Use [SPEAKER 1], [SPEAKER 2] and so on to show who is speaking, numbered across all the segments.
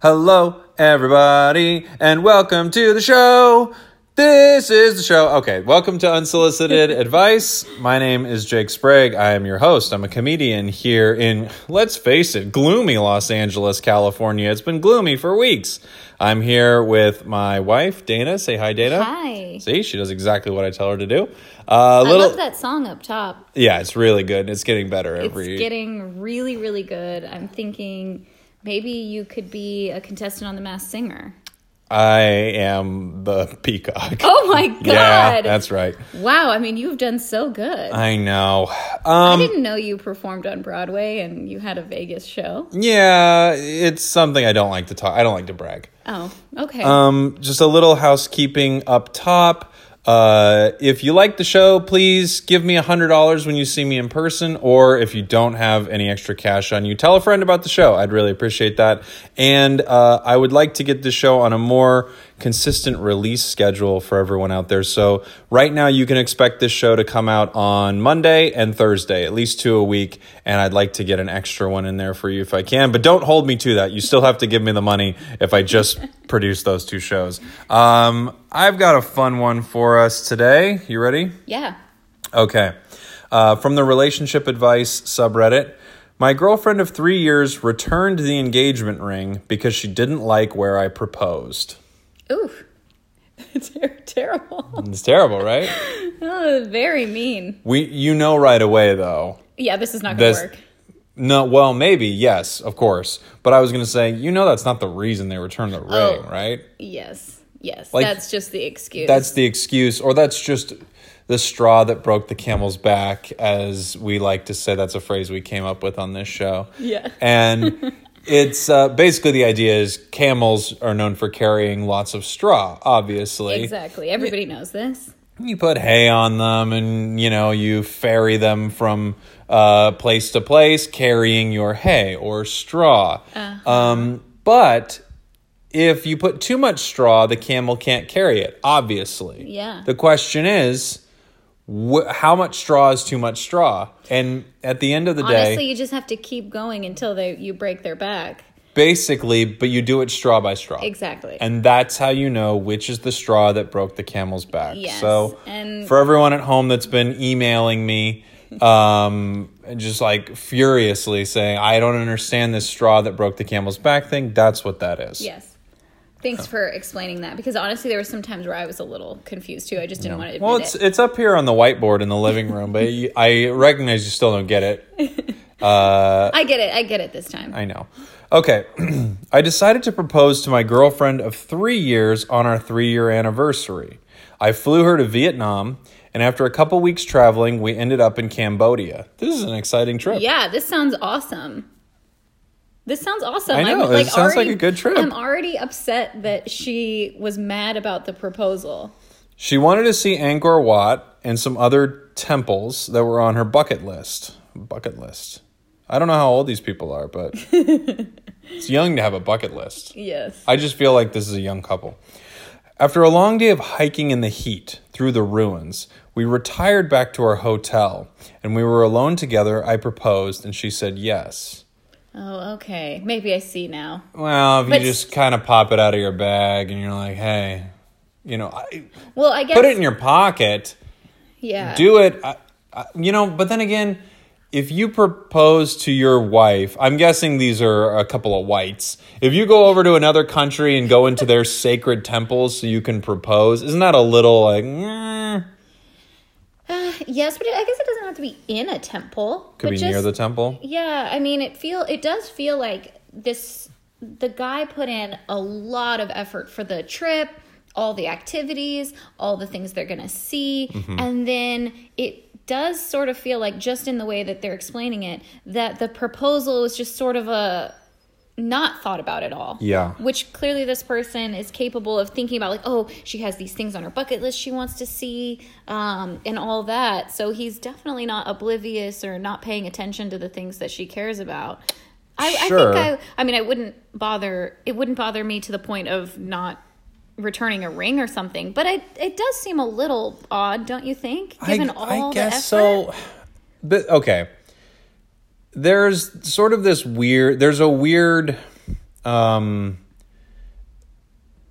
[SPEAKER 1] Hello, everybody, and welcome to the show. This is the show. Okay, welcome to Unsolicited Advice. My name is Jake Sprague. I am your host. I'm a comedian here in, let's face it, gloomy Los Angeles, California. It's been gloomy for weeks. I'm here with my wife, Dana. Say hi, Dana.
[SPEAKER 2] Hi.
[SPEAKER 1] See, she does exactly what I tell her to do. Uh,
[SPEAKER 2] I
[SPEAKER 1] little,
[SPEAKER 2] love that song up top.
[SPEAKER 1] yeah, it's really good. and It's getting better every.
[SPEAKER 2] It's getting really, really good. I'm thinking maybe you could be a contestant on The Masked Singer.
[SPEAKER 1] I am the peacock.
[SPEAKER 2] Oh my god!
[SPEAKER 1] Yeah, that's right.
[SPEAKER 2] wow. I mean, you've done so good. I,
[SPEAKER 1] I know. Um,
[SPEAKER 2] didn't know you performed on Broadway and you had a Vegas show.
[SPEAKER 1] yeah, it's something I don't like to talk. I don't like to brag.
[SPEAKER 2] Oh, okay.
[SPEAKER 1] Um, just a little housekeeping up top. Uh, if you like the show, please give me $100 when you see me in person, or if you don't have any extra cash on you, tell a friend about the show. I'd really appreciate that. And uh, I would like to get the show on a more consistent release schedule for everyone out there. So, right now, you can expect this show to come out on Monday and Thursday, at least two a week. And I'd like to get an extra one in there for you if I can, but don't hold me to that. You still have to give me the money if I just produce those two shows. Um, I've got a fun one for us today. You ready?
[SPEAKER 2] yeah.
[SPEAKER 1] Okay. Uh, from the relationship advice subreddit, my girlfriend of three years returned the engagement ring because she didn't like where I proposed.
[SPEAKER 2] Oof. Ter- terrible.
[SPEAKER 1] It's terrible, right?
[SPEAKER 2] Oh, very mean.
[SPEAKER 1] We, you know, right away though.
[SPEAKER 2] Yeah, this is not gonna
[SPEAKER 1] This-
[SPEAKER 2] work.
[SPEAKER 1] No, well, maybe yes, of course. But I was gonna say, you know, that's not the reason they returned the ring,
[SPEAKER 2] Oh.
[SPEAKER 1] right?
[SPEAKER 2] Yes. Yes.
[SPEAKER 1] Like-
[SPEAKER 2] that's just the excuse.
[SPEAKER 1] That's the excuse, or that's just the straw that broke the camel's back, as we like to say. That's a phrase we came up with on this show.
[SPEAKER 2] Yeah.
[SPEAKER 1] and it's uh, basically the idea is camels are known for carrying lots of straw, obviously.
[SPEAKER 2] exactly. Everybody knows this.
[SPEAKER 1] You put hay on them and, you know, you ferry them from uh, place to place carrying your hay or straw.
[SPEAKER 2] Uh-huh.
[SPEAKER 1] Um, but if you put too much straw, the camel can't carry it, obviously.
[SPEAKER 2] Yeah.
[SPEAKER 1] The question is wh- how much straw is too much straw? And at the end of the day.
[SPEAKER 2] Honestly, you just have to keep going until they you break their back.
[SPEAKER 1] Basically, but you do it straw by straw.
[SPEAKER 2] Exactly.
[SPEAKER 1] And that's how you know which is the straw that broke the camel's back.
[SPEAKER 2] Yes,
[SPEAKER 1] So,
[SPEAKER 2] and-
[SPEAKER 1] for everyone at home that's been emailing me, um, and just like furiously saying, I don't understand this straw that broke the camel's back thing, that's what that is.
[SPEAKER 2] yes. Thanks
[SPEAKER 1] Oh.
[SPEAKER 2] for explaining that because honestly, there were some times where I was a little confused too. I just didn't want to admit
[SPEAKER 1] Well, it's
[SPEAKER 2] it.
[SPEAKER 1] it's up here on the whiteboard in the living room, but you, I recognize you still don't get it.
[SPEAKER 2] I get it. I get it this time.
[SPEAKER 1] I know. Okay. I decided to propose to my girlfriend of three years on our three year anniversary. I flew her to Vietnam, and after a couple weeks traveling, we ended up in Cambodia. This is an exciting trip.
[SPEAKER 2] yeah, this sounds awesome. This sounds awesome.
[SPEAKER 1] I know,
[SPEAKER 2] I'm,
[SPEAKER 1] it
[SPEAKER 2] like,
[SPEAKER 1] sounds like
[SPEAKER 2] already-
[SPEAKER 1] a good trip.
[SPEAKER 2] I'm already upset that she was mad about the proposal.
[SPEAKER 1] She wanted to see Angkor Wat and some other temples that were on her bucket list. Bucket list. I don't know how old these people are, but it's young to have a bucket list.
[SPEAKER 2] Yes.
[SPEAKER 1] I just feel like this is a young couple. After a long day of hiking in the heat through the ruins, we retired back to our hotel and we were alone together. I proposed and she said yes.
[SPEAKER 2] Oh, okay. Maybe I see now.
[SPEAKER 1] Well, if you
[SPEAKER 2] But-
[SPEAKER 1] just kind of pop it out of your bag and you're like, hey, you know, I,
[SPEAKER 2] Well, I guess.
[SPEAKER 1] put it in your pocket,
[SPEAKER 2] yeah.
[SPEAKER 1] do it. I, I, you know, but then again, if you propose to your wife, I'm guessing these are a couple of whites. If you go over to another country and go into their sacred temples so you can propose, isn't that a little like, mm,
[SPEAKER 2] Uh, yes, but I guess it doesn't have to be in a temple.
[SPEAKER 1] could
[SPEAKER 2] but
[SPEAKER 1] be
[SPEAKER 2] just,
[SPEAKER 1] near the temple?
[SPEAKER 2] Yeah, I mean, it feel it does feel like this. The guy put in a lot of effort for the trip, all the activities, all the things they're going to see, and then it does sort of feel like just in the way that they're explaining it that the proposal is just sort of a not thought about at all.
[SPEAKER 1] Yeah.
[SPEAKER 2] Which clearly this person is capable of thinking about, like, oh, she has these things on her bucket list she wants to see, um, and all that. So he's definitely not oblivious or not paying attention to the things that she cares about. I,
[SPEAKER 1] Sure.
[SPEAKER 2] I think I, I mean, I wouldn't bother, it wouldn't bother me to the point of not returning a ring or something, but it, it does seem a little odd, don't you think? Given all the effort.
[SPEAKER 1] so. But okay, there's sort of this weird. There's a weird um,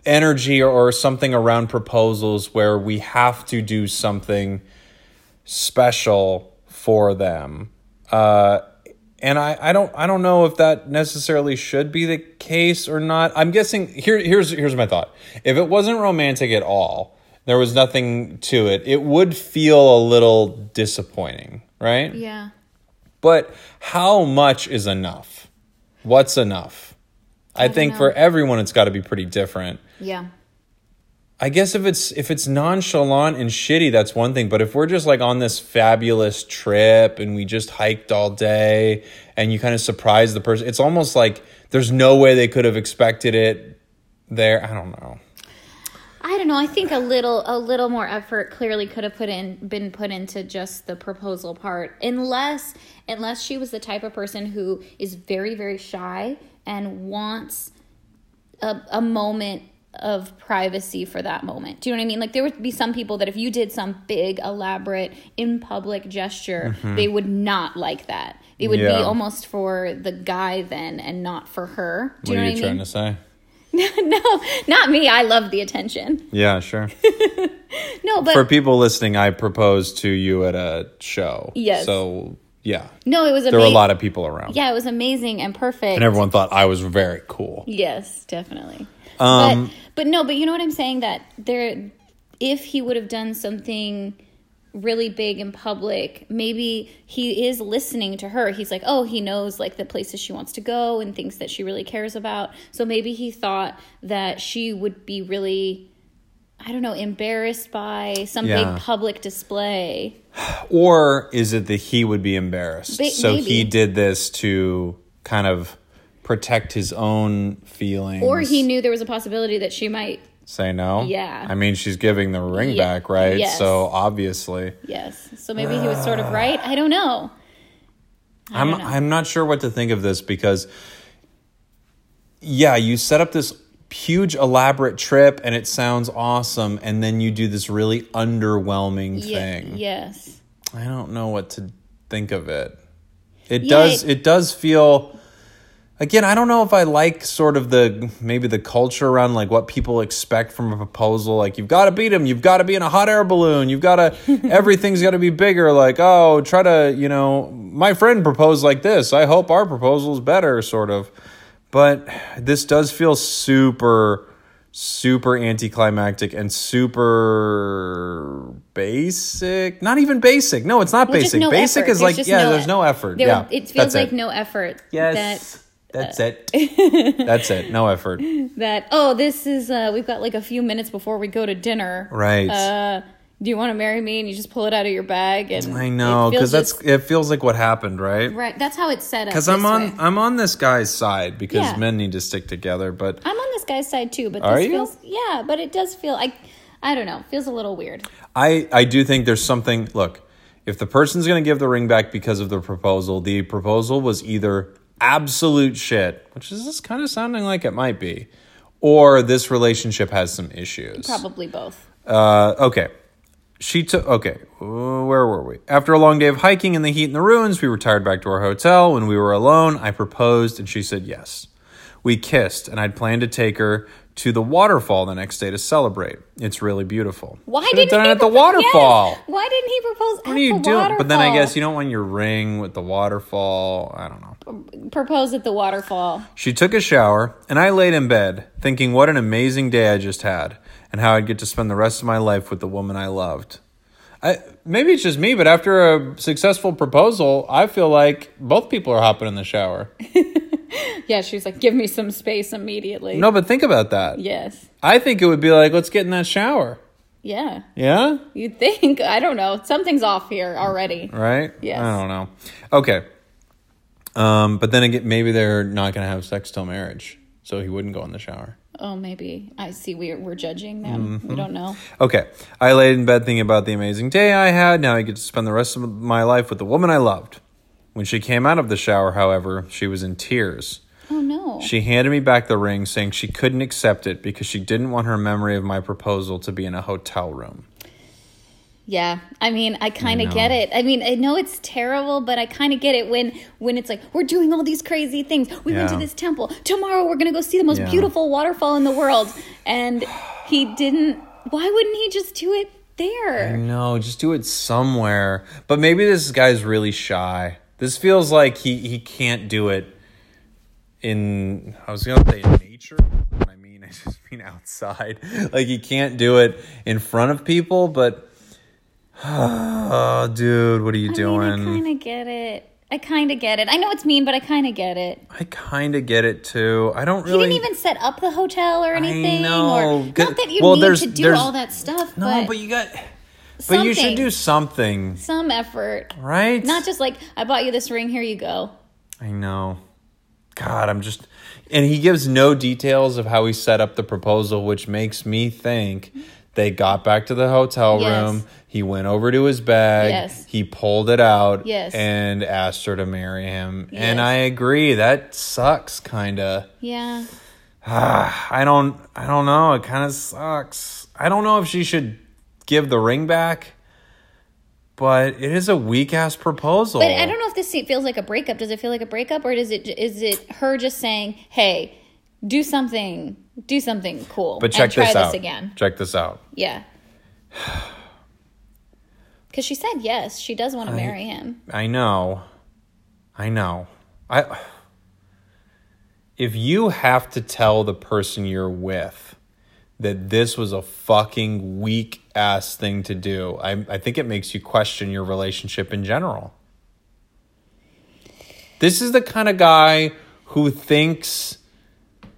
[SPEAKER 1] energy or something around proposals where we have to do something special for them. Uh, and I, I don't I don't know if that necessarily should be the case or not. I'm guessing here here's here's my thought. If it wasn't romantic at all, there was nothing to it, it would feel a little disappointing, right?
[SPEAKER 2] Yeah.
[SPEAKER 1] But how much is enough? What's enough? I, think
[SPEAKER 2] know.
[SPEAKER 1] for everyone it's got to be pretty different.
[SPEAKER 2] Yeah.
[SPEAKER 1] I guess if it's if it's nonchalant and shitty, that's one thing. But if we're just like on this fabulous trip and we just hiked all day and you kind of surprise the person, it's almost like there's no way they could have expected it there. I don't know.
[SPEAKER 2] I don't know. I think a little a little more effort clearly could have put in been put into just the proposal part. Unless unless she was the type of person who is very very shy and wants a, a moment of privacy for that moment. Do you know what I mean? Like there would be some people that if you did some big elaborate in public gesture, they would not like that. It would
[SPEAKER 1] Mm-hmm. Yeah.
[SPEAKER 2] be almost for the guy then and not for her. Do you
[SPEAKER 1] what
[SPEAKER 2] know
[SPEAKER 1] are
[SPEAKER 2] what I
[SPEAKER 1] you
[SPEAKER 2] mean?
[SPEAKER 1] trying to say?
[SPEAKER 2] no, not me. I love the attention.
[SPEAKER 1] Yeah, sure.
[SPEAKER 2] No, but
[SPEAKER 1] For people listening, I proposed to you at a show.
[SPEAKER 2] Yes.
[SPEAKER 1] So yeah,
[SPEAKER 2] No, it was amazing.
[SPEAKER 1] there were a lot of people around,
[SPEAKER 2] yeah, it was amazing and perfect.
[SPEAKER 1] and everyone thought I was very cool.
[SPEAKER 2] yes, definitely.
[SPEAKER 1] Um,
[SPEAKER 2] but, but no, but you know what I'm saying? That there, if he would have done something really big in public, maybe he is listening to her. He's like, oh, he knows like the places she wants to go and things that she really cares about. So maybe he thought that she would be really, I don't know, embarrassed by some
[SPEAKER 1] Yeah.
[SPEAKER 2] big public display.
[SPEAKER 1] Or is it that he would be embarrassed?
[SPEAKER 2] Ba-
[SPEAKER 1] so he
[SPEAKER 2] maybe.
[SPEAKER 1] did this to kind of protect his own feelings.
[SPEAKER 2] Or he knew there was a possibility that she might,
[SPEAKER 1] say no.
[SPEAKER 2] Yeah.
[SPEAKER 1] I mean, she's giving the ring
[SPEAKER 2] Yeah,
[SPEAKER 1] back, right?
[SPEAKER 2] yes.
[SPEAKER 1] So obviously,
[SPEAKER 2] yes. So maybe he was sort
[SPEAKER 1] Ah.
[SPEAKER 2] of right. I don't know.
[SPEAKER 1] I'm
[SPEAKER 2] don't know.
[SPEAKER 1] I'm not sure what to think of this because yeah, you set up this huge elaborate trip and it sounds awesome and then you do this really underwhelming
[SPEAKER 2] Ye-
[SPEAKER 1] thing.
[SPEAKER 2] Yes.
[SPEAKER 1] I don't know what to think of it. It
[SPEAKER 2] Yeah,
[SPEAKER 1] does
[SPEAKER 2] it-
[SPEAKER 1] it does feel again, I don't know if I like sort of the maybe the culture around like what people expect from a proposal like you've got to beat him, you've got to be in a hot air balloon, you've got to everything's got to be bigger like oh, try to, you know, my friend proposed like this. I hope our proposal's better sort of. But this does feel super super anticlimactic and super basic. Not even basic. No, it's not
[SPEAKER 2] Well, just
[SPEAKER 1] basic.
[SPEAKER 2] no
[SPEAKER 1] basic
[SPEAKER 2] effort.
[SPEAKER 1] is
[SPEAKER 2] There's
[SPEAKER 1] like
[SPEAKER 2] just
[SPEAKER 1] yeah,
[SPEAKER 2] no- e-,
[SPEAKER 1] there's no effort.
[SPEAKER 2] There,
[SPEAKER 1] yeah,
[SPEAKER 2] It feels
[SPEAKER 1] that's
[SPEAKER 2] like
[SPEAKER 1] it.
[SPEAKER 2] no effort.
[SPEAKER 1] Yes, that's
[SPEAKER 2] uh,
[SPEAKER 1] it. that's it. No effort.
[SPEAKER 2] That, that oh, this is, uh, we've got like a few minutes before we go to dinner.
[SPEAKER 1] Right.
[SPEAKER 2] Uh, do you want to marry me? And you just pull it out of your bag. And
[SPEAKER 1] I know
[SPEAKER 2] it feels
[SPEAKER 1] because that's
[SPEAKER 2] just-
[SPEAKER 1] it feels like what happened, right?
[SPEAKER 2] right. That's how it's set up.
[SPEAKER 1] Because I'm
[SPEAKER 2] this
[SPEAKER 1] on
[SPEAKER 2] way.
[SPEAKER 1] I'm on this guy's side because
[SPEAKER 2] Yeah.
[SPEAKER 1] men need to stick together, but
[SPEAKER 2] I'm on this guy's side too, but this
[SPEAKER 1] Are you?
[SPEAKER 2] feels, yeah, but it does feel like, I don't know, it feels a little weird.
[SPEAKER 1] I I do think there's something. Look, if the person's going to give the ring back because of the proposal, the proposal was either absolute shit, which is just kind of sounding like it might be, or this relationship has some issues.
[SPEAKER 2] Probably both.
[SPEAKER 1] Uh, okay. She took. Okay. uh, Where were we? After a long day of hiking in the heat and the ruins, we retired back to our hotel. When we were alone, I proposed and she said yes. We kissed, and I'd planned to take her to the waterfall the next day to celebrate. It's really beautiful.
[SPEAKER 2] Why
[SPEAKER 1] Should've
[SPEAKER 2] didn't
[SPEAKER 1] done
[SPEAKER 2] he
[SPEAKER 1] it at the
[SPEAKER 2] propose- Yes!
[SPEAKER 1] waterfall?
[SPEAKER 2] Why didn't he propose at
[SPEAKER 1] What are you
[SPEAKER 2] the
[SPEAKER 1] doing?
[SPEAKER 2] waterfall?
[SPEAKER 1] But then I guess you don't want your ring with the waterfall. I don't know.
[SPEAKER 2] propose at the waterfall.
[SPEAKER 1] She took a shower, and I laid in bed, thinking what an amazing day I just had, and how I'd get to spend the rest of my life with the woman I loved. I, maybe it's just me, but after a successful proposal, I feel like both people are hopping in the shower.
[SPEAKER 2] Yeah, she was like, "Give me some space immediately."
[SPEAKER 1] No, but think about that.
[SPEAKER 2] Yes.
[SPEAKER 1] I think it would be like, let's get in that shower.
[SPEAKER 2] Yeah.
[SPEAKER 1] Yeah?
[SPEAKER 2] You'd think. I don't know. Something's off here already.
[SPEAKER 1] Right?
[SPEAKER 2] Yes.
[SPEAKER 1] I don't know. Okay. Um, but then again, maybe they're not going to have sex till marriage, so he wouldn't go in the shower.
[SPEAKER 2] Oh, maybe. I see. We're we're judging them.
[SPEAKER 1] Mm-hmm.
[SPEAKER 2] We don't know.
[SPEAKER 1] Okay. I laid in bed thinking about the amazing day I had. Now I get to spend the rest of my life with the woman I loved. When she came out of the shower, however, she was in tears.
[SPEAKER 2] Oh no.
[SPEAKER 1] She handed me back the ring, saying she couldn't accept it because she didn't want her memory of my proposal to be in a hotel room.
[SPEAKER 2] Yeah, I mean, I kind
[SPEAKER 1] know.
[SPEAKER 2] of get it. I mean, I know it's terrible, but I kind of get it when when it's like we're doing all these crazy things. We went to
[SPEAKER 1] Yeah.
[SPEAKER 2] this temple tomorrow. We're gonna go see the most
[SPEAKER 1] Yeah.
[SPEAKER 2] beautiful waterfall in the world, and he didn't. Why wouldn't he just do it there?
[SPEAKER 1] No, just do it somewhere. But maybe this guy's really shy. This feels like he he can't do it in I was gonna say nature. What I mean, I just mean outside. Like he can't do it in front of people. But oh, dude, what are you doing?
[SPEAKER 2] I, mean, I kind of get it. I kind of get it. I know it's mean, but I kind of get it.
[SPEAKER 1] I kind of get it too. I don't
[SPEAKER 2] He
[SPEAKER 1] really.
[SPEAKER 2] didn't even set up the hotel or anything.
[SPEAKER 1] know.
[SPEAKER 2] Or,
[SPEAKER 1] Good-
[SPEAKER 2] not that you
[SPEAKER 1] well,
[SPEAKER 2] need
[SPEAKER 1] there's-
[SPEAKER 2] to do
[SPEAKER 1] there's-
[SPEAKER 2] all that stuff,
[SPEAKER 1] no,
[SPEAKER 2] but,
[SPEAKER 1] but, you got. But you should
[SPEAKER 2] Something.
[SPEAKER 1] do something,
[SPEAKER 2] some effort.
[SPEAKER 1] right?
[SPEAKER 2] Not just like I bought you this ring. Here you go.
[SPEAKER 1] I know. God, I'm just. And he gives no details of how he set up the proposal, which makes me think they got back to the hotel
[SPEAKER 2] Yes.
[SPEAKER 1] room. He went over to his bag.
[SPEAKER 2] Yes.
[SPEAKER 1] He pulled it out.
[SPEAKER 2] Yes.
[SPEAKER 1] And asked her to marry him. And
[SPEAKER 2] Yes.
[SPEAKER 1] I agree. That sucks, kind of.
[SPEAKER 2] Yeah.
[SPEAKER 1] I don't. I don't know. It kind of sucks. I don't know if she should give the ring back. But it is a weak ass proposal.
[SPEAKER 2] But I don't know if this feels like a breakup. Does it feel like a breakup, or is it is it her just saying, "Hey, do something, do something cool,
[SPEAKER 1] But check
[SPEAKER 2] and try
[SPEAKER 1] this
[SPEAKER 2] this,
[SPEAKER 1] out.
[SPEAKER 2] again"?
[SPEAKER 1] Check this out.
[SPEAKER 2] Yeah. Because she said yes, she does want to marry him.
[SPEAKER 1] I know. I know. I If you have to tell the person you're with that this was a fucking weak ass thing to do, I I think it makes you question your relationship in general. This is the kind of guy who thinks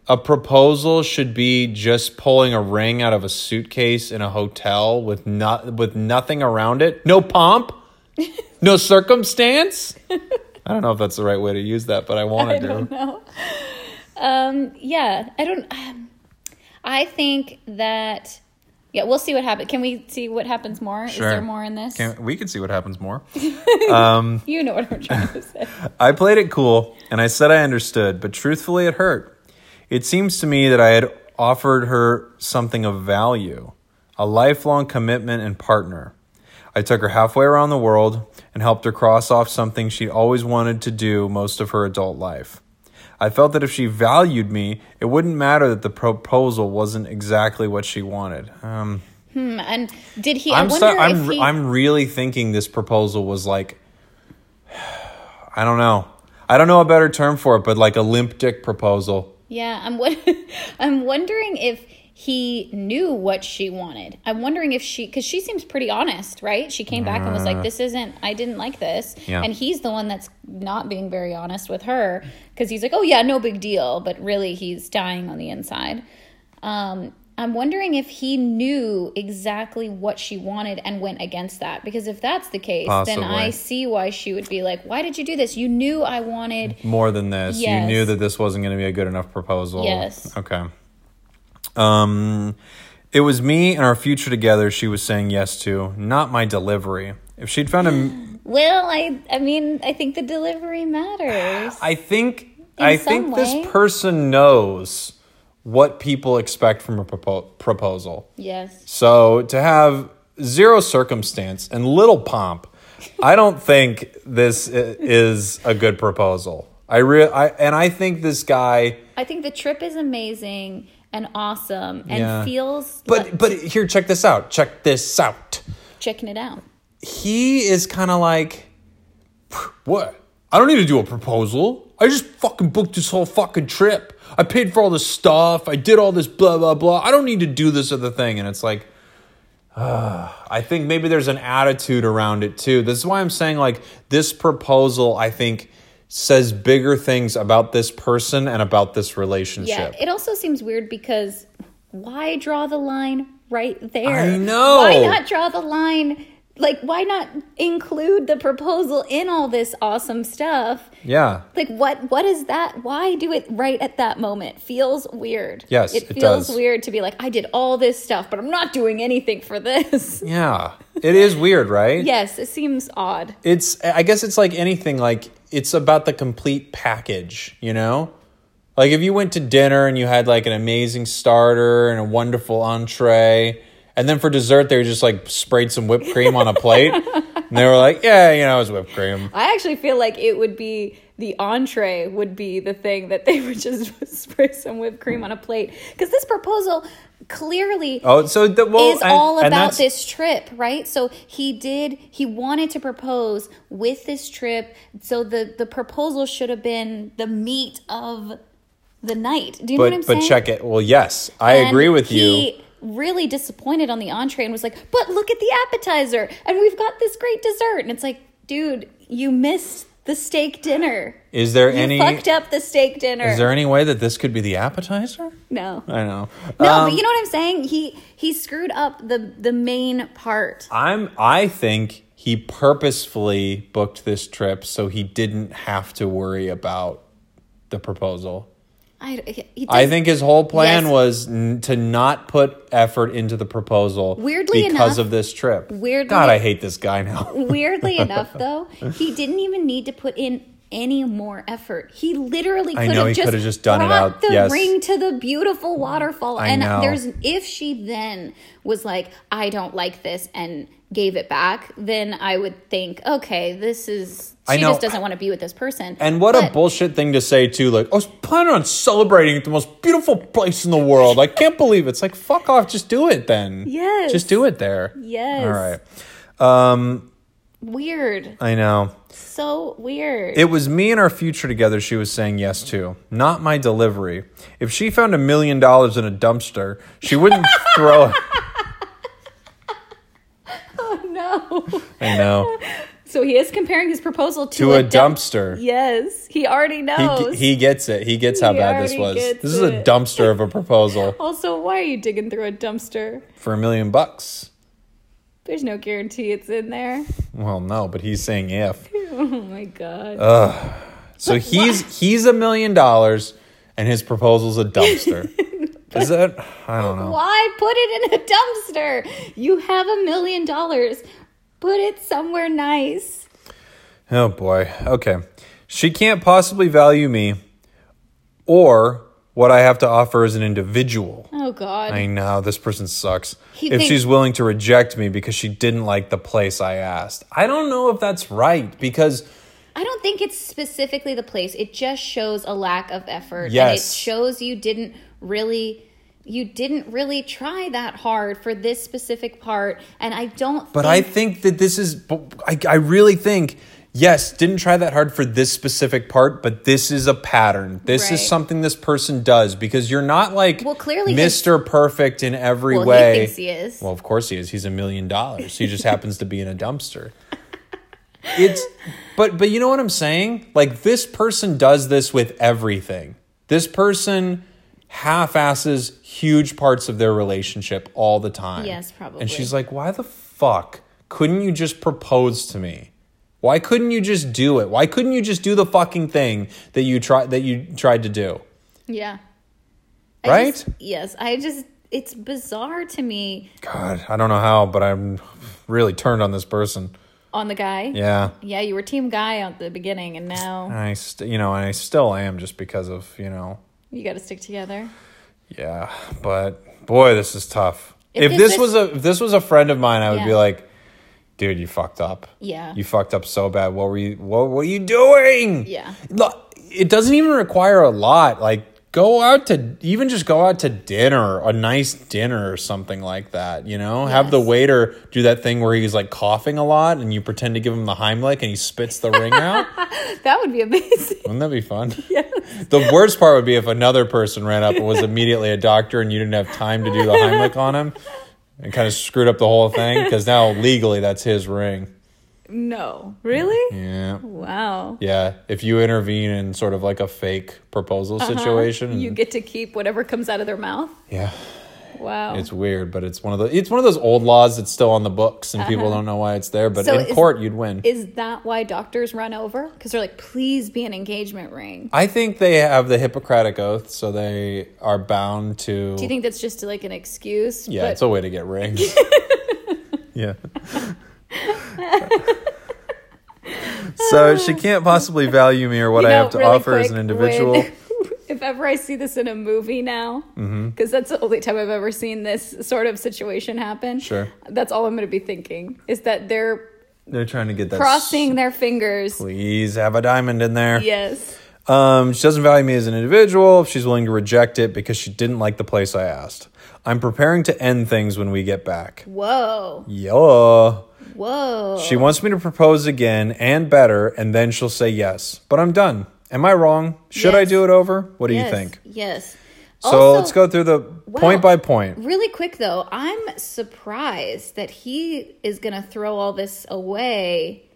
[SPEAKER 1] a proposal should be just pulling a ring out of a suitcase in a hotel with not with nothing around it. No pomp, no circumstance. I don't know if that's the right way to use that, but I want
[SPEAKER 2] I
[SPEAKER 1] to
[SPEAKER 2] don't
[SPEAKER 1] do.
[SPEAKER 2] know. Um, yeah, I don't. Um, I think that. Yeah, we'll see what happens. Can we see what happens more?
[SPEAKER 1] Sure.
[SPEAKER 2] Is there more in this?
[SPEAKER 1] Can- we can see what happens more.
[SPEAKER 2] you know what I'm trying to say.
[SPEAKER 1] I played it cool and I said I understood, but truthfully, it hurt. It seems to me that I had offered her something of value a lifelong commitment and partner. I took her halfway around the world and helped her cross off something she'd always wanted to do most of her adult life. I felt that if she valued me, it wouldn't matter that the proposal wasn't exactly what she wanted. Um,
[SPEAKER 2] Hmm, and did he? i
[SPEAKER 1] I'm
[SPEAKER 2] wonder
[SPEAKER 1] sorry. I'm,
[SPEAKER 2] if he.
[SPEAKER 1] I'm really thinking this proposal was like, I don't know. I don't know a better term for it, but like a limp dick proposal.
[SPEAKER 2] Yeah, I'm what I'm wondering if he knew what she wanted. I'm wondering if she cuz she seems pretty honest, right? She came back and was like this isn't I didn't like this.
[SPEAKER 1] Uh. Yeah.
[SPEAKER 2] And he's the one that's not being very honest with her cuz he's like, "Oh yeah, no big deal," but really he's dying on the inside. Um I'm wondering if he knew exactly what she wanted and went against that because if that's the case, then
[SPEAKER 1] Possibly.
[SPEAKER 2] I see why she would be like, "Why did you do this? You knew I wanted
[SPEAKER 1] More than this, you
[SPEAKER 2] Yes.
[SPEAKER 1] knew that this wasn't going to be a good enough proposal.
[SPEAKER 2] Yes.
[SPEAKER 1] Okay. Um, it was me and our future together. She was saying yes to, not my delivery. If she'd found a,
[SPEAKER 2] Well, I I mean, I think the delivery matters.
[SPEAKER 1] I think, I think
[SPEAKER 2] some way.
[SPEAKER 1] this person knows what people expect from a propo- proposal.
[SPEAKER 2] Yes.
[SPEAKER 1] So to have zero circumstance and little pomp, I don't think this i- is a good proposal. I re- I and I think this guy
[SPEAKER 2] I think the trip is amazing and awesome and
[SPEAKER 1] Yeah.
[SPEAKER 2] feels like
[SPEAKER 1] but but here check this out. Check this out.
[SPEAKER 2] checking it out.
[SPEAKER 1] He is kind of like what? I don't need to do a proposal. I just fucking booked this whole fucking trip. I paid for all this stuff. I did all this blah blah blah. I don't need to do this other thing and it's like I think maybe there's an attitude around it too. This is why I'm saying like this proposal I think says bigger things about this person and about this
[SPEAKER 2] Yeah.
[SPEAKER 1] relationship.
[SPEAKER 2] It also seems weird because why draw the line right there?
[SPEAKER 1] I know.
[SPEAKER 2] Why not draw the line? Like, why not include the proposal in all this awesome stuff?
[SPEAKER 1] yeah.
[SPEAKER 2] Like, what? What is that? Why do it right at that moment? Feels weird.
[SPEAKER 1] Yes,
[SPEAKER 2] it
[SPEAKER 1] it
[SPEAKER 2] feels
[SPEAKER 1] does.
[SPEAKER 2] weird to be like, I did all this stuff, but I'm not doing anything for this.
[SPEAKER 1] Yeah. It is weird, right?
[SPEAKER 2] Yes, it seems odd.
[SPEAKER 1] it's i guess it's like anything like it's about the complete package you know like if you went to dinner and you had like an amazing starter and a wonderful entree And then for dessert, they just like sprayed some whipped cream on a plate. and they were like, yeah, you know, it's whipped cream.
[SPEAKER 3] I actually feel like it would be the entree would be the thing that they would just spray some whipped cream on a plate because this proposal clearly
[SPEAKER 1] Oh, so the, well,
[SPEAKER 2] is
[SPEAKER 1] and-
[SPEAKER 2] all
[SPEAKER 1] and
[SPEAKER 2] about
[SPEAKER 1] that's-
[SPEAKER 2] this trip, right? So he did he wanted to propose with this trip. So the the proposal should have been the meat of the night. Do you know what I'm
[SPEAKER 1] But,
[SPEAKER 2] saying?
[SPEAKER 1] but check it. Well, yes, I
[SPEAKER 2] And
[SPEAKER 1] agree with you.
[SPEAKER 2] He really disappointed on the entree and was like, "But look at the appetizer, and we've got this great dessert." And it's like, dude, you missed the steak dinner.
[SPEAKER 1] Is there
[SPEAKER 2] You
[SPEAKER 1] any
[SPEAKER 2] fucked up the steak dinner.
[SPEAKER 1] is there any way that this could be the appetizer?
[SPEAKER 2] no.
[SPEAKER 1] I know.
[SPEAKER 2] No,
[SPEAKER 1] Um,
[SPEAKER 2] but you know what I'm saying? He he screwed up the the main part.
[SPEAKER 1] I'm I think he purposefully booked this trip so he didn't have to worry about the proposal.
[SPEAKER 2] I, he- he
[SPEAKER 1] I
[SPEAKER 2] does-
[SPEAKER 1] think his whole plan
[SPEAKER 2] Yes.
[SPEAKER 1] was n- to not put effort into the proposal
[SPEAKER 2] Weirdly
[SPEAKER 1] because
[SPEAKER 2] enough-
[SPEAKER 1] of this trip.
[SPEAKER 2] weirdly-
[SPEAKER 1] God, I hate this guy now.
[SPEAKER 2] weirdly enough though, he didn't even need to put in any more effort. He literally
[SPEAKER 1] I
[SPEAKER 2] could
[SPEAKER 1] know,
[SPEAKER 2] have
[SPEAKER 1] he
[SPEAKER 2] just
[SPEAKER 1] could've just done it
[SPEAKER 2] brought
[SPEAKER 1] out,
[SPEAKER 2] the
[SPEAKER 1] yes.
[SPEAKER 2] ring to the beautiful waterfall.
[SPEAKER 1] I
[SPEAKER 2] and
[SPEAKER 1] know.
[SPEAKER 2] there's if she then was like, I don't like this and gave it back, then I would think, okay, this is
[SPEAKER 1] I
[SPEAKER 2] she
[SPEAKER 1] know.
[SPEAKER 2] just doesn't want to be with this person.
[SPEAKER 1] And what a
[SPEAKER 2] But-
[SPEAKER 1] bullshit thing to say too. Like, I was planning on celebrating at the most beautiful place in the world. I can't believe it. it's like fuck off. Just do it then.
[SPEAKER 2] Yes.
[SPEAKER 1] Just do it there.
[SPEAKER 2] Yes.
[SPEAKER 1] All right. Um,
[SPEAKER 2] Weird.
[SPEAKER 1] I know.
[SPEAKER 2] So weird.
[SPEAKER 1] It was me and our future together she was saying yes to, not my delivery. If she found a million dollars in a dumpster, she wouldn't throw it.
[SPEAKER 3] no.
[SPEAKER 1] I know.
[SPEAKER 3] So he is comparing his proposal to,
[SPEAKER 1] To a
[SPEAKER 3] dump-
[SPEAKER 1] dumpster.
[SPEAKER 3] Yes, he already
[SPEAKER 1] He,
[SPEAKER 3] knows.
[SPEAKER 1] he gets it. He gets how
[SPEAKER 3] He
[SPEAKER 1] bad this
[SPEAKER 3] already
[SPEAKER 1] was.
[SPEAKER 3] gets
[SPEAKER 1] This is a
[SPEAKER 3] it.
[SPEAKER 1] dumpster of a proposal
[SPEAKER 3] also, why are you digging through a dumpster?
[SPEAKER 1] for a million bucks.
[SPEAKER 3] There's no guarantee it's in there.
[SPEAKER 1] Well, no, but he's saying if.
[SPEAKER 3] Oh my god.
[SPEAKER 1] Oh, So he's he's a million dollars and his proposal's a dumpster. Is that I don't know.
[SPEAKER 2] Why put it in a dumpster? You have a million dollars. Put it somewhere nice.
[SPEAKER 1] Oh boy. Okay. She can't possibly value me or what I have to offer as an individual.
[SPEAKER 3] oh god.
[SPEAKER 1] I know this person sucks.
[SPEAKER 2] He
[SPEAKER 1] if
[SPEAKER 2] thinks-
[SPEAKER 1] she's willing to reject me because she didn't like the place I asked. I don't know if that's right because
[SPEAKER 2] I don't think it's specifically the place. It just shows a lack of effort. And it
[SPEAKER 1] Yes.
[SPEAKER 2] shows you didn't really you didn't really try that hard for this specific part. And I don't
[SPEAKER 1] but I
[SPEAKER 2] think
[SPEAKER 1] think that this is but I I really think yes, didn't try that hard for this specific part, but this is a pattern. This
[SPEAKER 2] Right.
[SPEAKER 1] is something this person does because you're not like
[SPEAKER 2] Well, clearly his-
[SPEAKER 1] Mr. Perfect in every
[SPEAKER 2] well,
[SPEAKER 1] way.
[SPEAKER 2] he thinks he is.
[SPEAKER 1] Well, of course he is. He's a million dollars. He just happens to be in a dumpster. It's but but you know what I'm saying? Like this person does this with everything. This person half-asses huge parts of their relationship all the time.
[SPEAKER 2] Yes, probably.
[SPEAKER 1] And she's like, "Why the fuck couldn't you just propose to me?" Why couldn't you just do it? Why couldn't you just do the fucking thing that you tried that you tried to do?
[SPEAKER 2] yeah.
[SPEAKER 1] Right?
[SPEAKER 2] yes. I just it's bizarre to me
[SPEAKER 1] God, I don't know how, but I'm really turned on this person.
[SPEAKER 3] On the guy?
[SPEAKER 1] Yeah.
[SPEAKER 3] Yeah, you were team guy at the beginning and now
[SPEAKER 1] I, st- you know, and I still am just because of, you know,
[SPEAKER 3] you got to stick together.
[SPEAKER 1] yeah. But boy, this is tough. If,
[SPEAKER 2] this
[SPEAKER 1] this was
[SPEAKER 2] was-
[SPEAKER 1] a if this was a friend of mine, I would be
[SPEAKER 2] Yeah.
[SPEAKER 1] like, dude, you fucked up.
[SPEAKER 2] Yeah.
[SPEAKER 1] You fucked up so bad. What were you? What were you doing?
[SPEAKER 2] Yeah.
[SPEAKER 1] Look, it doesn't even require a lot. Like go out to even just go out to dinner, a nice dinner or something like that. You know, have the waiter do that thing where he's like coughing a lot, and you pretend to give him the Heimlich, and he spits the ring out.
[SPEAKER 3] That would be amazing.
[SPEAKER 1] Wouldn't that be fun? The worst part would be if another person ran up and was immediately a doctor and you didn't have time to do the Heimlich on him and kind of screwed up the whole thing because now legally that's his ring.
[SPEAKER 3] no. Really?
[SPEAKER 1] Yeah.
[SPEAKER 3] Wow.
[SPEAKER 1] Yeah. If you intervene in sort of like a fake proposal situation,
[SPEAKER 3] Uh-huh. You get to keep whatever comes out of their mouth.
[SPEAKER 1] yeah,
[SPEAKER 3] Wow.
[SPEAKER 1] it's weird, but it's one of the it's one of those old laws that's still on the books and people don't know why it's there, but
[SPEAKER 3] Uh-huh. So
[SPEAKER 1] in
[SPEAKER 3] is-
[SPEAKER 1] court you'd win.
[SPEAKER 3] Is that why doctors run over? Because they're like, please be an engagement ring.
[SPEAKER 1] I think they have the Hippocratic oath, so they are bound to
[SPEAKER 3] Do you think that's just like an excuse?
[SPEAKER 1] Yeah,
[SPEAKER 3] But-
[SPEAKER 1] it's a way to get rings. yeah. so she can't possibly value me or what
[SPEAKER 3] You
[SPEAKER 1] I
[SPEAKER 3] know,
[SPEAKER 1] have to
[SPEAKER 3] really
[SPEAKER 1] offer as an
[SPEAKER 3] quick,
[SPEAKER 1] individual.
[SPEAKER 3] when- if
[SPEAKER 2] if ever I see this in a movie now, because
[SPEAKER 1] Mm-hmm.
[SPEAKER 2] that's the only time I've ever seen this sort of situation happen.
[SPEAKER 1] Sure.
[SPEAKER 2] That's all I'm going to be thinking is that they're
[SPEAKER 1] They're trying to get that.
[SPEAKER 2] crossing their fingers.
[SPEAKER 1] Please have a diamond in there.
[SPEAKER 2] Yes.
[SPEAKER 1] Um, she doesn't value me as an individual. She's willing to reject it because she didn't like the place I asked. I'm preparing to end things when we get back.
[SPEAKER 2] Whoa.
[SPEAKER 1] Yeah.
[SPEAKER 2] Whoa.
[SPEAKER 1] She wants me to propose again and better, and then she'll say yes. But I'm done. Am I wrong? Should I
[SPEAKER 2] Yes.
[SPEAKER 1] do it over? What do
[SPEAKER 2] yes.
[SPEAKER 1] you think?
[SPEAKER 2] Yes.
[SPEAKER 1] So
[SPEAKER 2] Also-
[SPEAKER 1] let's go through the point by point.
[SPEAKER 2] Really quick though, I'm surprised that he is going to throw all this away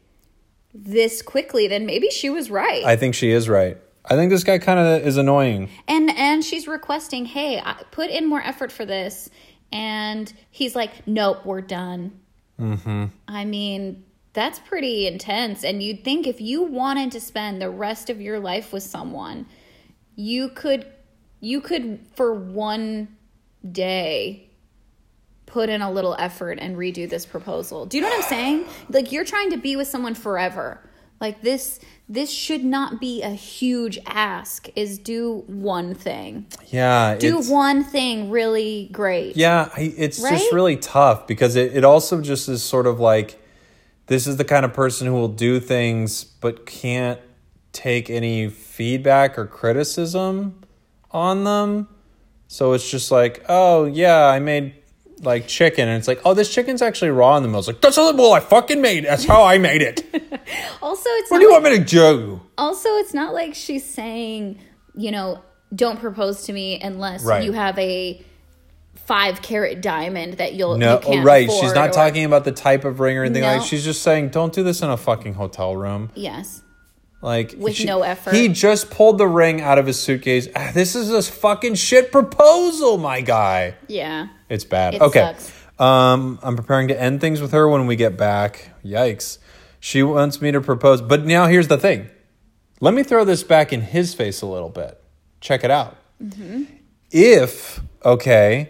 [SPEAKER 2] this quickly. Then maybe she was right.
[SPEAKER 1] I think she is right. I think this guy kind of is annoying.
[SPEAKER 4] and and she's requesting hey I- put in more effort for this and he's like nope we're done
[SPEAKER 2] I mean, that's pretty intense. And you'd think if you wanted to spend the rest of your life with someone, you could you could for one day put in a little effort and redo this proposal. Do you know what I'm saying? Like you're trying to be with someone forever. Like this this should not be a huge ask is do one thing.
[SPEAKER 1] Yeah.
[SPEAKER 2] Do
[SPEAKER 1] it's-
[SPEAKER 2] one thing really great.
[SPEAKER 1] Yeah, I- it's just
[SPEAKER 2] Right?
[SPEAKER 1] really tough because it, it also just is sort of like this is the kind of person who will do things but can't take any feedback or criticism on them. So it's just like, oh yeah, I made like chicken, and it's like, oh, this chicken's actually raw in the middle. It's like that's how the well I fucking made. That's how I made it. What
[SPEAKER 2] Also it's
[SPEAKER 1] do
[SPEAKER 2] not
[SPEAKER 1] you want me to do?
[SPEAKER 2] Also, it's not like she's saying, you know, don't propose to me unless
[SPEAKER 1] Right.
[SPEAKER 2] you have a five carat diamond that you'll
[SPEAKER 1] No,
[SPEAKER 2] you
[SPEAKER 1] oh,
[SPEAKER 2] can't
[SPEAKER 1] right. She's
[SPEAKER 2] afford
[SPEAKER 1] not
[SPEAKER 2] or-
[SPEAKER 1] talking about the type of ring or anything
[SPEAKER 2] No.
[SPEAKER 1] like. She's just saying, don't do this in a fucking hotel room.
[SPEAKER 2] Yes,
[SPEAKER 1] Like
[SPEAKER 2] With no effort.
[SPEAKER 1] He just pulled the ring out of his suitcase. Ah, this is this fucking shit proposal, my guy.
[SPEAKER 2] yeah,
[SPEAKER 1] It's bad. okay.
[SPEAKER 2] sucks.
[SPEAKER 1] Um, I'm preparing to end things with her when we get back. Yikes. She wants me to propose, but now here's the thing. Let me throw this back in his face a little bit. Check it out.
[SPEAKER 2] Mm-hmm.
[SPEAKER 1] If okay,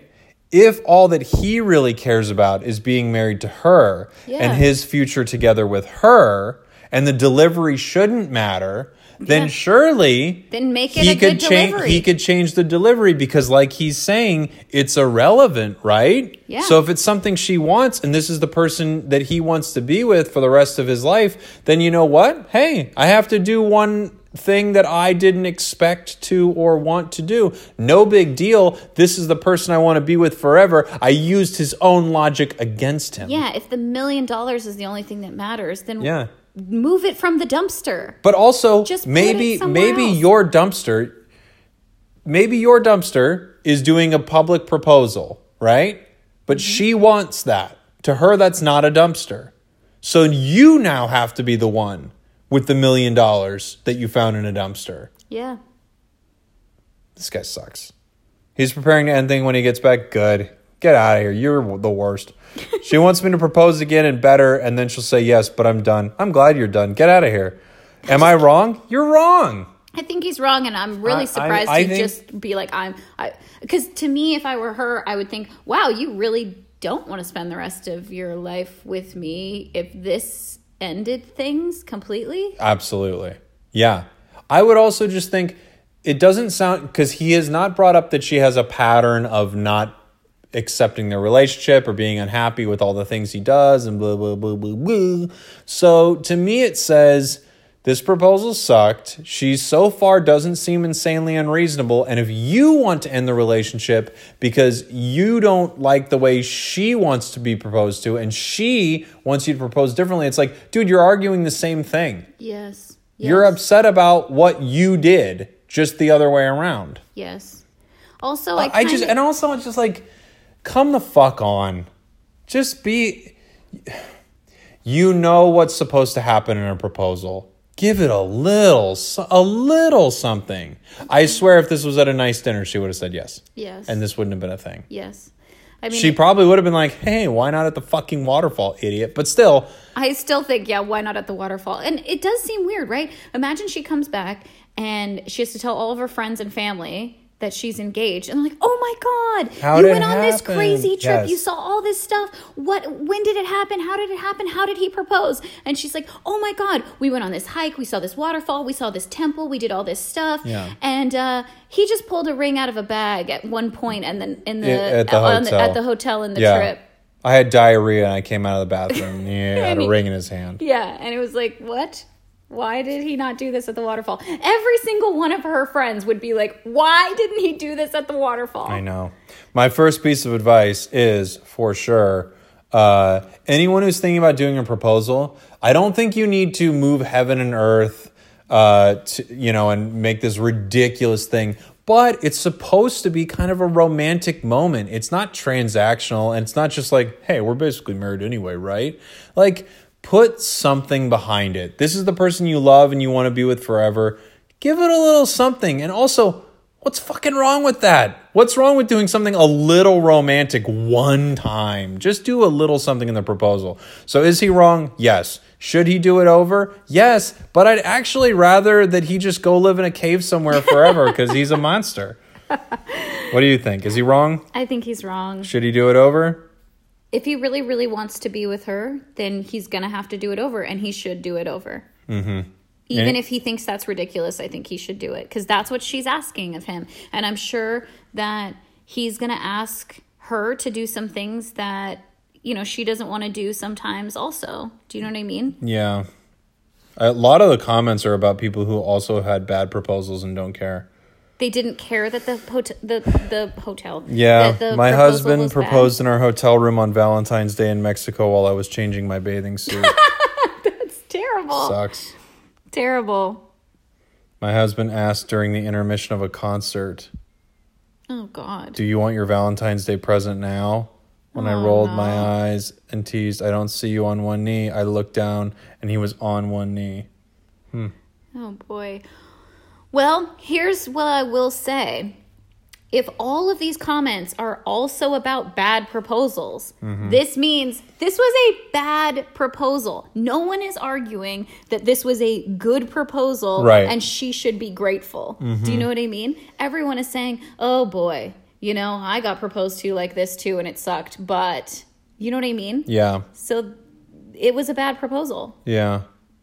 [SPEAKER 1] if all that he really cares about is being married to her
[SPEAKER 2] Yeah.
[SPEAKER 1] and his future together with her, and the delivery shouldn't matter, then surely
[SPEAKER 2] Then make it a good
[SPEAKER 1] change.
[SPEAKER 2] delivery.
[SPEAKER 1] He could change the delivery because, like he's saying, it's irrelevant, right?
[SPEAKER 2] Yeah.
[SPEAKER 1] So if it's something she wants and this is the person that he wants to be with for the rest of his life, then you know what? Hey, I have to do one thing that I didn't expect to or want to do. No big deal. This is the person I want to be with forever. I used his own logic against him.
[SPEAKER 2] yeah. If the million dollars is the only thing that matters, then
[SPEAKER 1] Yeah.
[SPEAKER 2] move it from the dumpster.
[SPEAKER 1] But also,
[SPEAKER 2] Just put it
[SPEAKER 1] maybe
[SPEAKER 2] somewhere
[SPEAKER 1] maybe
[SPEAKER 2] else.
[SPEAKER 1] your dumpster, maybe your dumpster is doing a public proposal, right? But
[SPEAKER 2] Mm-hmm.
[SPEAKER 1] she wants that. To her, that's not a dumpster. So you now have to be the one with the million dollars that you found in a dumpster.
[SPEAKER 2] Yeah,
[SPEAKER 1] This guy sucks. He's preparing to end thing when he gets back. Good. Get out of here. You're the worst. she wants me to propose again and better, and then she'll say yes, but I'm done. I'm glad you're done. Get out of here. Am I wrong? You're wrong.
[SPEAKER 2] I think he's wrong, and I'm
[SPEAKER 1] I- I-
[SPEAKER 2] really surprised
[SPEAKER 1] I
[SPEAKER 2] to
[SPEAKER 1] think-
[SPEAKER 2] just be like, I'm, I, because to me, if I were her, I would think, wow, you really don't want to spend the rest of your life with me if this ended things completely.
[SPEAKER 1] Absolutely. Yeah. I would also just think it doesn't sound because he has not brought up that she has a pattern of not accepting their relationship or being unhappy with all the things he does and blah, blah, blah, blah, blah. So to me, it says this proposal sucked. She so far doesn't seem insanely unreasonable. And if you want to end the relationship because you don't like the way she wants to be proposed to and she wants you to propose differently, it's like, dude, you're arguing the same thing.
[SPEAKER 2] Yes.
[SPEAKER 1] You're
[SPEAKER 2] yes.
[SPEAKER 1] upset about what you did, just the other way around.
[SPEAKER 2] Yes. Also, I,
[SPEAKER 1] I just and also it's just like, come the fuck on. Just be you know what's supposed to happen in a proposal. Give it a little so- a little something. I swear if this was at a nice dinner, she would have said yes.
[SPEAKER 2] yes,
[SPEAKER 1] And this wouldn't have been a thing.
[SPEAKER 2] yes. I mean,
[SPEAKER 1] She probably would have been like, "Hey, why not at the fucking waterfall, idiot?" But still,
[SPEAKER 2] I still think, yeah, why not at the waterfall? And it does seem weird, right? Imagine she comes back and she has to tell all of her friends and family that she's engaged. And I'm like, oh my God,
[SPEAKER 1] How
[SPEAKER 2] you
[SPEAKER 1] did
[SPEAKER 2] went
[SPEAKER 1] it
[SPEAKER 2] on this
[SPEAKER 1] happen?"
[SPEAKER 2] crazy trip. You
[SPEAKER 1] Yes.
[SPEAKER 2] saw all this stuff. What, when did it happen? How did it happen? How did he propose? And she's like, oh my God, we went on this hike. We saw this waterfall. We saw this temple. We did all this stuff.
[SPEAKER 1] Yeah.
[SPEAKER 2] And uh, he just pulled a ring out of a bag at one point and then in the,
[SPEAKER 1] Yeah, at the
[SPEAKER 2] on the,
[SPEAKER 1] hotel.
[SPEAKER 2] at the hotel in the
[SPEAKER 1] yeah.
[SPEAKER 2] trip.
[SPEAKER 1] I had diarrhea and I came out of the bathroom. Yeah, had a
[SPEAKER 2] mean-
[SPEAKER 1] ring in his hand.
[SPEAKER 2] Yeah, and it was like, what? Why did he not do this at the waterfall? Every single one of her friends would be like, why didn't he do this at the waterfall?
[SPEAKER 1] I know. My first piece of advice is for sure uh, anyone who's thinking about doing a proposal, I don't think you need to move heaven and earth, uh, to, you know, and make this ridiculous thing. But it's supposed to be kind of a romantic moment. It's not transactional and it's not just like, hey, we're basically married anyway, right? Like, put something behind it. This is the person you love and you want to be with forever. Give it a little something. And also, What's fucking wrong with that? What's wrong with doing something a little romantic one time? Just do a little something in the proposal. So is he wrong? Yes. Should he do it over? Yes. But I'd actually rather that he just go live in a cave somewhere forever because he's a monster. What do you think? Is he wrong?
[SPEAKER 2] I think he's wrong.
[SPEAKER 1] Should he do it over?
[SPEAKER 2] If he really, really wants to be with her, then he's going to have to do it over, and he should do it over. Mm-hmm. Even
[SPEAKER 1] And-
[SPEAKER 2] if he thinks that's ridiculous, I think he should do it because that's what she's asking of him. And I'm sure that he's going to ask her to do some things that, you know, she doesn't want to do sometimes, also. Do you know what I mean?
[SPEAKER 1] Yeah. A lot of the comments are about people who also had bad proposals and don't care.
[SPEAKER 2] they didn't care that the hotel, the, the hotel.
[SPEAKER 1] Yeah,
[SPEAKER 2] that the
[SPEAKER 1] my
[SPEAKER 2] proposal
[SPEAKER 1] husband
[SPEAKER 2] was bad.
[SPEAKER 1] proposed in our hotel room on Valentine's Day in Mexico while I was changing my bathing suit.
[SPEAKER 2] Terrible,
[SPEAKER 1] Sucks.
[SPEAKER 2] terrible.
[SPEAKER 1] My husband asked during the intermission of a concert,
[SPEAKER 2] Oh God,
[SPEAKER 1] "Do you want your Valentine's Day present now?" When
[SPEAKER 2] Oh,
[SPEAKER 1] I rolled my eyes and teased, "I don't see you on one knee." I looked down, and he was on one knee.
[SPEAKER 2] oh boy. Well, here's what I will say: if all of these comments are also about bad proposals,
[SPEAKER 1] Mm-hmm.
[SPEAKER 2] this means this was a bad proposal. No one is arguing that this was a good proposal,
[SPEAKER 1] Right. Mm-hmm.
[SPEAKER 2] And she should be grateful. Do you know what I mean? Everyone is saying, "Oh boy." You know, I got proposed to like this too, and it sucked. But you know what I mean?
[SPEAKER 1] Yeah,
[SPEAKER 2] So it was a bad proposal.
[SPEAKER 1] yeah.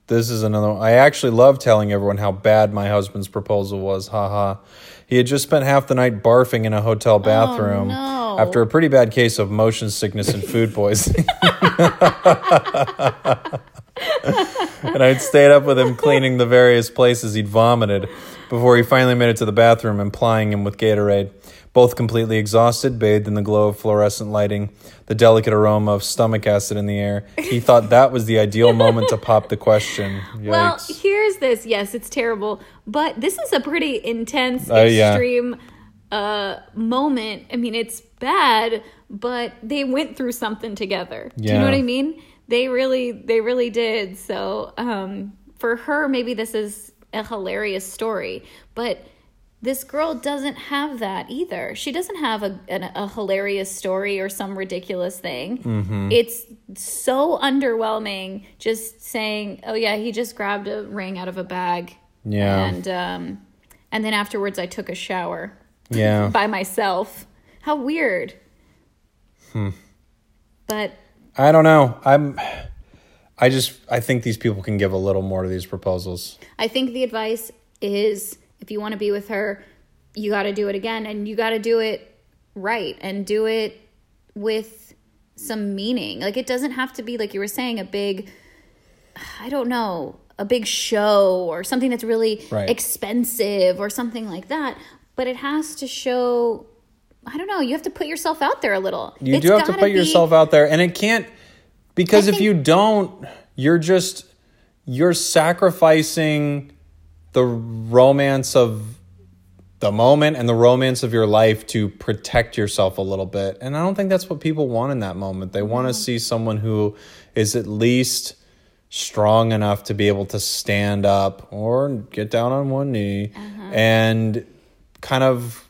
[SPEAKER 1] This is another one. I actually love telling everyone how bad my husband's proposal was. Ha ha. He had just spent half the night barfing in a hotel bathroom
[SPEAKER 2] Oh, no.
[SPEAKER 1] after a pretty bad case of motion sickness and food poisoning. and I'd stayed up with him cleaning the various places he'd vomited before he finally made it to the bathroom and plying him with Gatorade. Both completely exhausted, bathed in the glow of fluorescent lighting, the delicate aroma of stomach acid in the air. He thought that was the ideal moment to pop the question.
[SPEAKER 2] Well,
[SPEAKER 1] Yikes.
[SPEAKER 2] here's this. Yes, it's terrible, but this is a pretty intense,
[SPEAKER 1] Oh, yeah.
[SPEAKER 2] extreme uh, moment. I mean, it's bad, but they went through something together. Do you
[SPEAKER 1] Yeah.
[SPEAKER 2] know what I mean? They really, they really did. So um, for her, maybe this is a hilarious story, but this girl doesn't have that either. She doesn't have a, an, a hilarious story or some ridiculous thing.
[SPEAKER 1] Mm-hmm.
[SPEAKER 2] It's so underwhelming just saying, oh, yeah, he just grabbed a ring out of a bag.
[SPEAKER 1] Yeah.
[SPEAKER 2] And, um, and then afterwards, I took a shower
[SPEAKER 1] yeah.
[SPEAKER 2] by myself. How weird. Hmm.
[SPEAKER 1] Hmm.
[SPEAKER 2] But
[SPEAKER 1] I don't know. I'm. I just. I think these people can give a little more to these proposals.
[SPEAKER 2] I think the advice is if you want to be with her, you got to do it again and you got to do it right and do it with some meaning. Like it doesn't have to be like you were saying a big I don't know, a big show or something that's really
[SPEAKER 1] Right.
[SPEAKER 2] expensive or something like that, but it has to show I don't know, you have to put yourself out there a little.
[SPEAKER 1] You do have to put yourself out there, and it can't because
[SPEAKER 2] I
[SPEAKER 1] if you don't, you're just you're sacrificing the romance of the moment and the romance of your life to protect yourself a little bit. And I don't think that's what people want in that moment. They want to see someone who is at least strong enough to be able to stand up or get down on one knee and kind of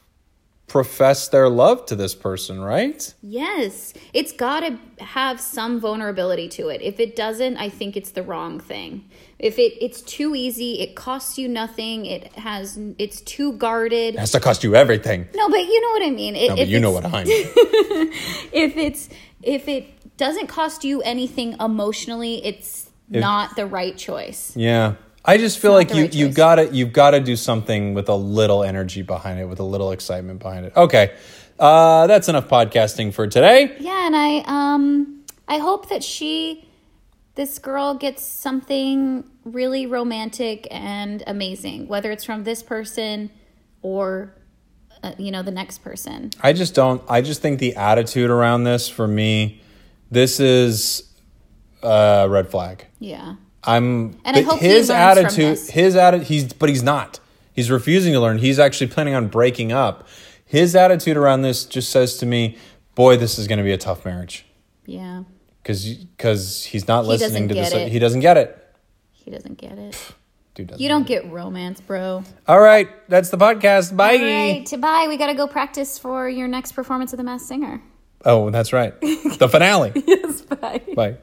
[SPEAKER 1] profess their love to this person, right?
[SPEAKER 2] Yes, it's got to have some vulnerability to it. If it doesn't, I think it's the wrong thing. If it it's too easy, it costs you nothing. It has it's too guarded.
[SPEAKER 1] It has to cost you everything.
[SPEAKER 2] No, but you know what I mean. It,
[SPEAKER 1] No, but
[SPEAKER 2] if
[SPEAKER 1] you know
[SPEAKER 2] it's-
[SPEAKER 1] what I mean.
[SPEAKER 2] If it's if it doesn't cost you anything emotionally, it's not the right choice.
[SPEAKER 1] Yeah. I just feel like
[SPEAKER 2] It's not
[SPEAKER 1] you
[SPEAKER 2] the right
[SPEAKER 1] you
[SPEAKER 2] choice.
[SPEAKER 1] gotta you gotta do something with a little energy behind it, with a little excitement behind it. Okay. Uh, that's enough podcasting for today.
[SPEAKER 2] Yeah, and I um I hope that she this girl gets something really romantic and amazing, whether it's from this person or uh, you know the next person.
[SPEAKER 1] I just don't I just think the attitude around this for me, this is a red flag.
[SPEAKER 2] Yeah.
[SPEAKER 1] I'm
[SPEAKER 2] And I
[SPEAKER 1] but
[SPEAKER 2] hope he
[SPEAKER 1] his
[SPEAKER 2] learns from
[SPEAKER 1] attitude
[SPEAKER 2] this.
[SPEAKER 1] his attitude he's but he's not. He's refusing to learn. He's actually planning on breaking up. His attitude around this just says to me, boy, this is going to be a tough marriage
[SPEAKER 2] Yeah.
[SPEAKER 1] because because he's not
[SPEAKER 2] doesn't
[SPEAKER 1] listening to
[SPEAKER 2] get
[SPEAKER 1] this.
[SPEAKER 2] it.
[SPEAKER 1] He doesn't get it.
[SPEAKER 2] He doesn't get it.
[SPEAKER 1] Dude doesn't.
[SPEAKER 2] You don't get romance, bro.
[SPEAKER 1] All right, that's the podcast. Bye.
[SPEAKER 2] All right, to bye. We got to go practice for your next performance of The Masked Singer.
[SPEAKER 1] Oh, that's right. The finale.
[SPEAKER 2] Yes, bye.
[SPEAKER 1] Bye.